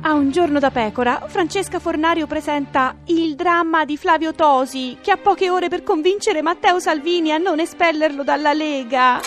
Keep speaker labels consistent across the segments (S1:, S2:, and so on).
S1: A un giorno da pecora, Francesca Fornario presenta il dramma di Flavio Tosi, che ha poche ore per convincere Matteo Salvini a non espellerlo dalla Lega.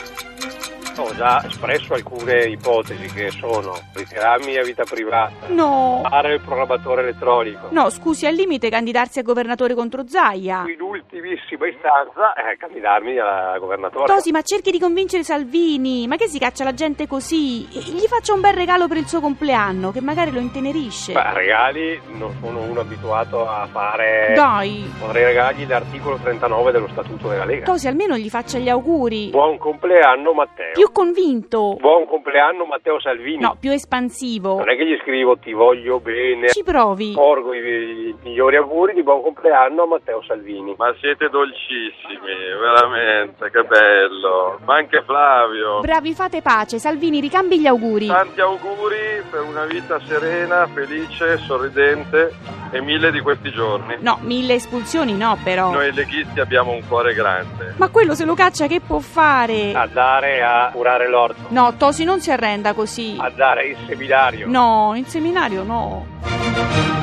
S2: Ho già espresso alcune ipotesi che sono ritirarmi a vita privata,
S1: No,
S2: fare il programmatore elettronico.
S1: no, scusi, al limite candidarsi a governatore contro Zaia.
S2: In ultimissima istanza, eh, candidarmi a governatore.
S1: Tosi, ma cerchi di convincere Salvini, ma che si caccia la gente così? E- Gli faccia un bel regalo per il suo compleanno, che magari lo intenerisce.
S2: Beh, regali non sono uno abituato a fare.
S1: Dai,
S2: Vorrei regalargli l'articolo 39 dello statuto della Lega.
S1: Tosi almeno gli faccia gli auguri.
S2: Buon compleanno, Matteo.
S1: Più convinto.
S2: Buon compleanno, Matteo Salvini.
S1: No, più espansivo.
S2: Non è che gli scrivo ti voglio bene.
S1: Ci provi.
S2: Porgo i, i migliori auguri di buon compleanno a Matteo Salvini.
S3: Ma siete dolcissimi, veramente, che bello. Ma anche Flavio.
S1: Bravi, fate pace. Salvini, ricambi gli auguri.
S3: Tanti auguri per una vita serena, felice, sorridente e mille di questi giorni.
S1: No, mille espulsioni no, però.
S3: Noi leghisti abbiamo un cuore grande.
S1: Ma quello se lo caccia che può
S2: Ah.
S1: fare?
S2: Andare a curare l'orto.
S1: No, Tosi non si arrenda così.
S2: Andare in seminario.
S1: No, in seminario no.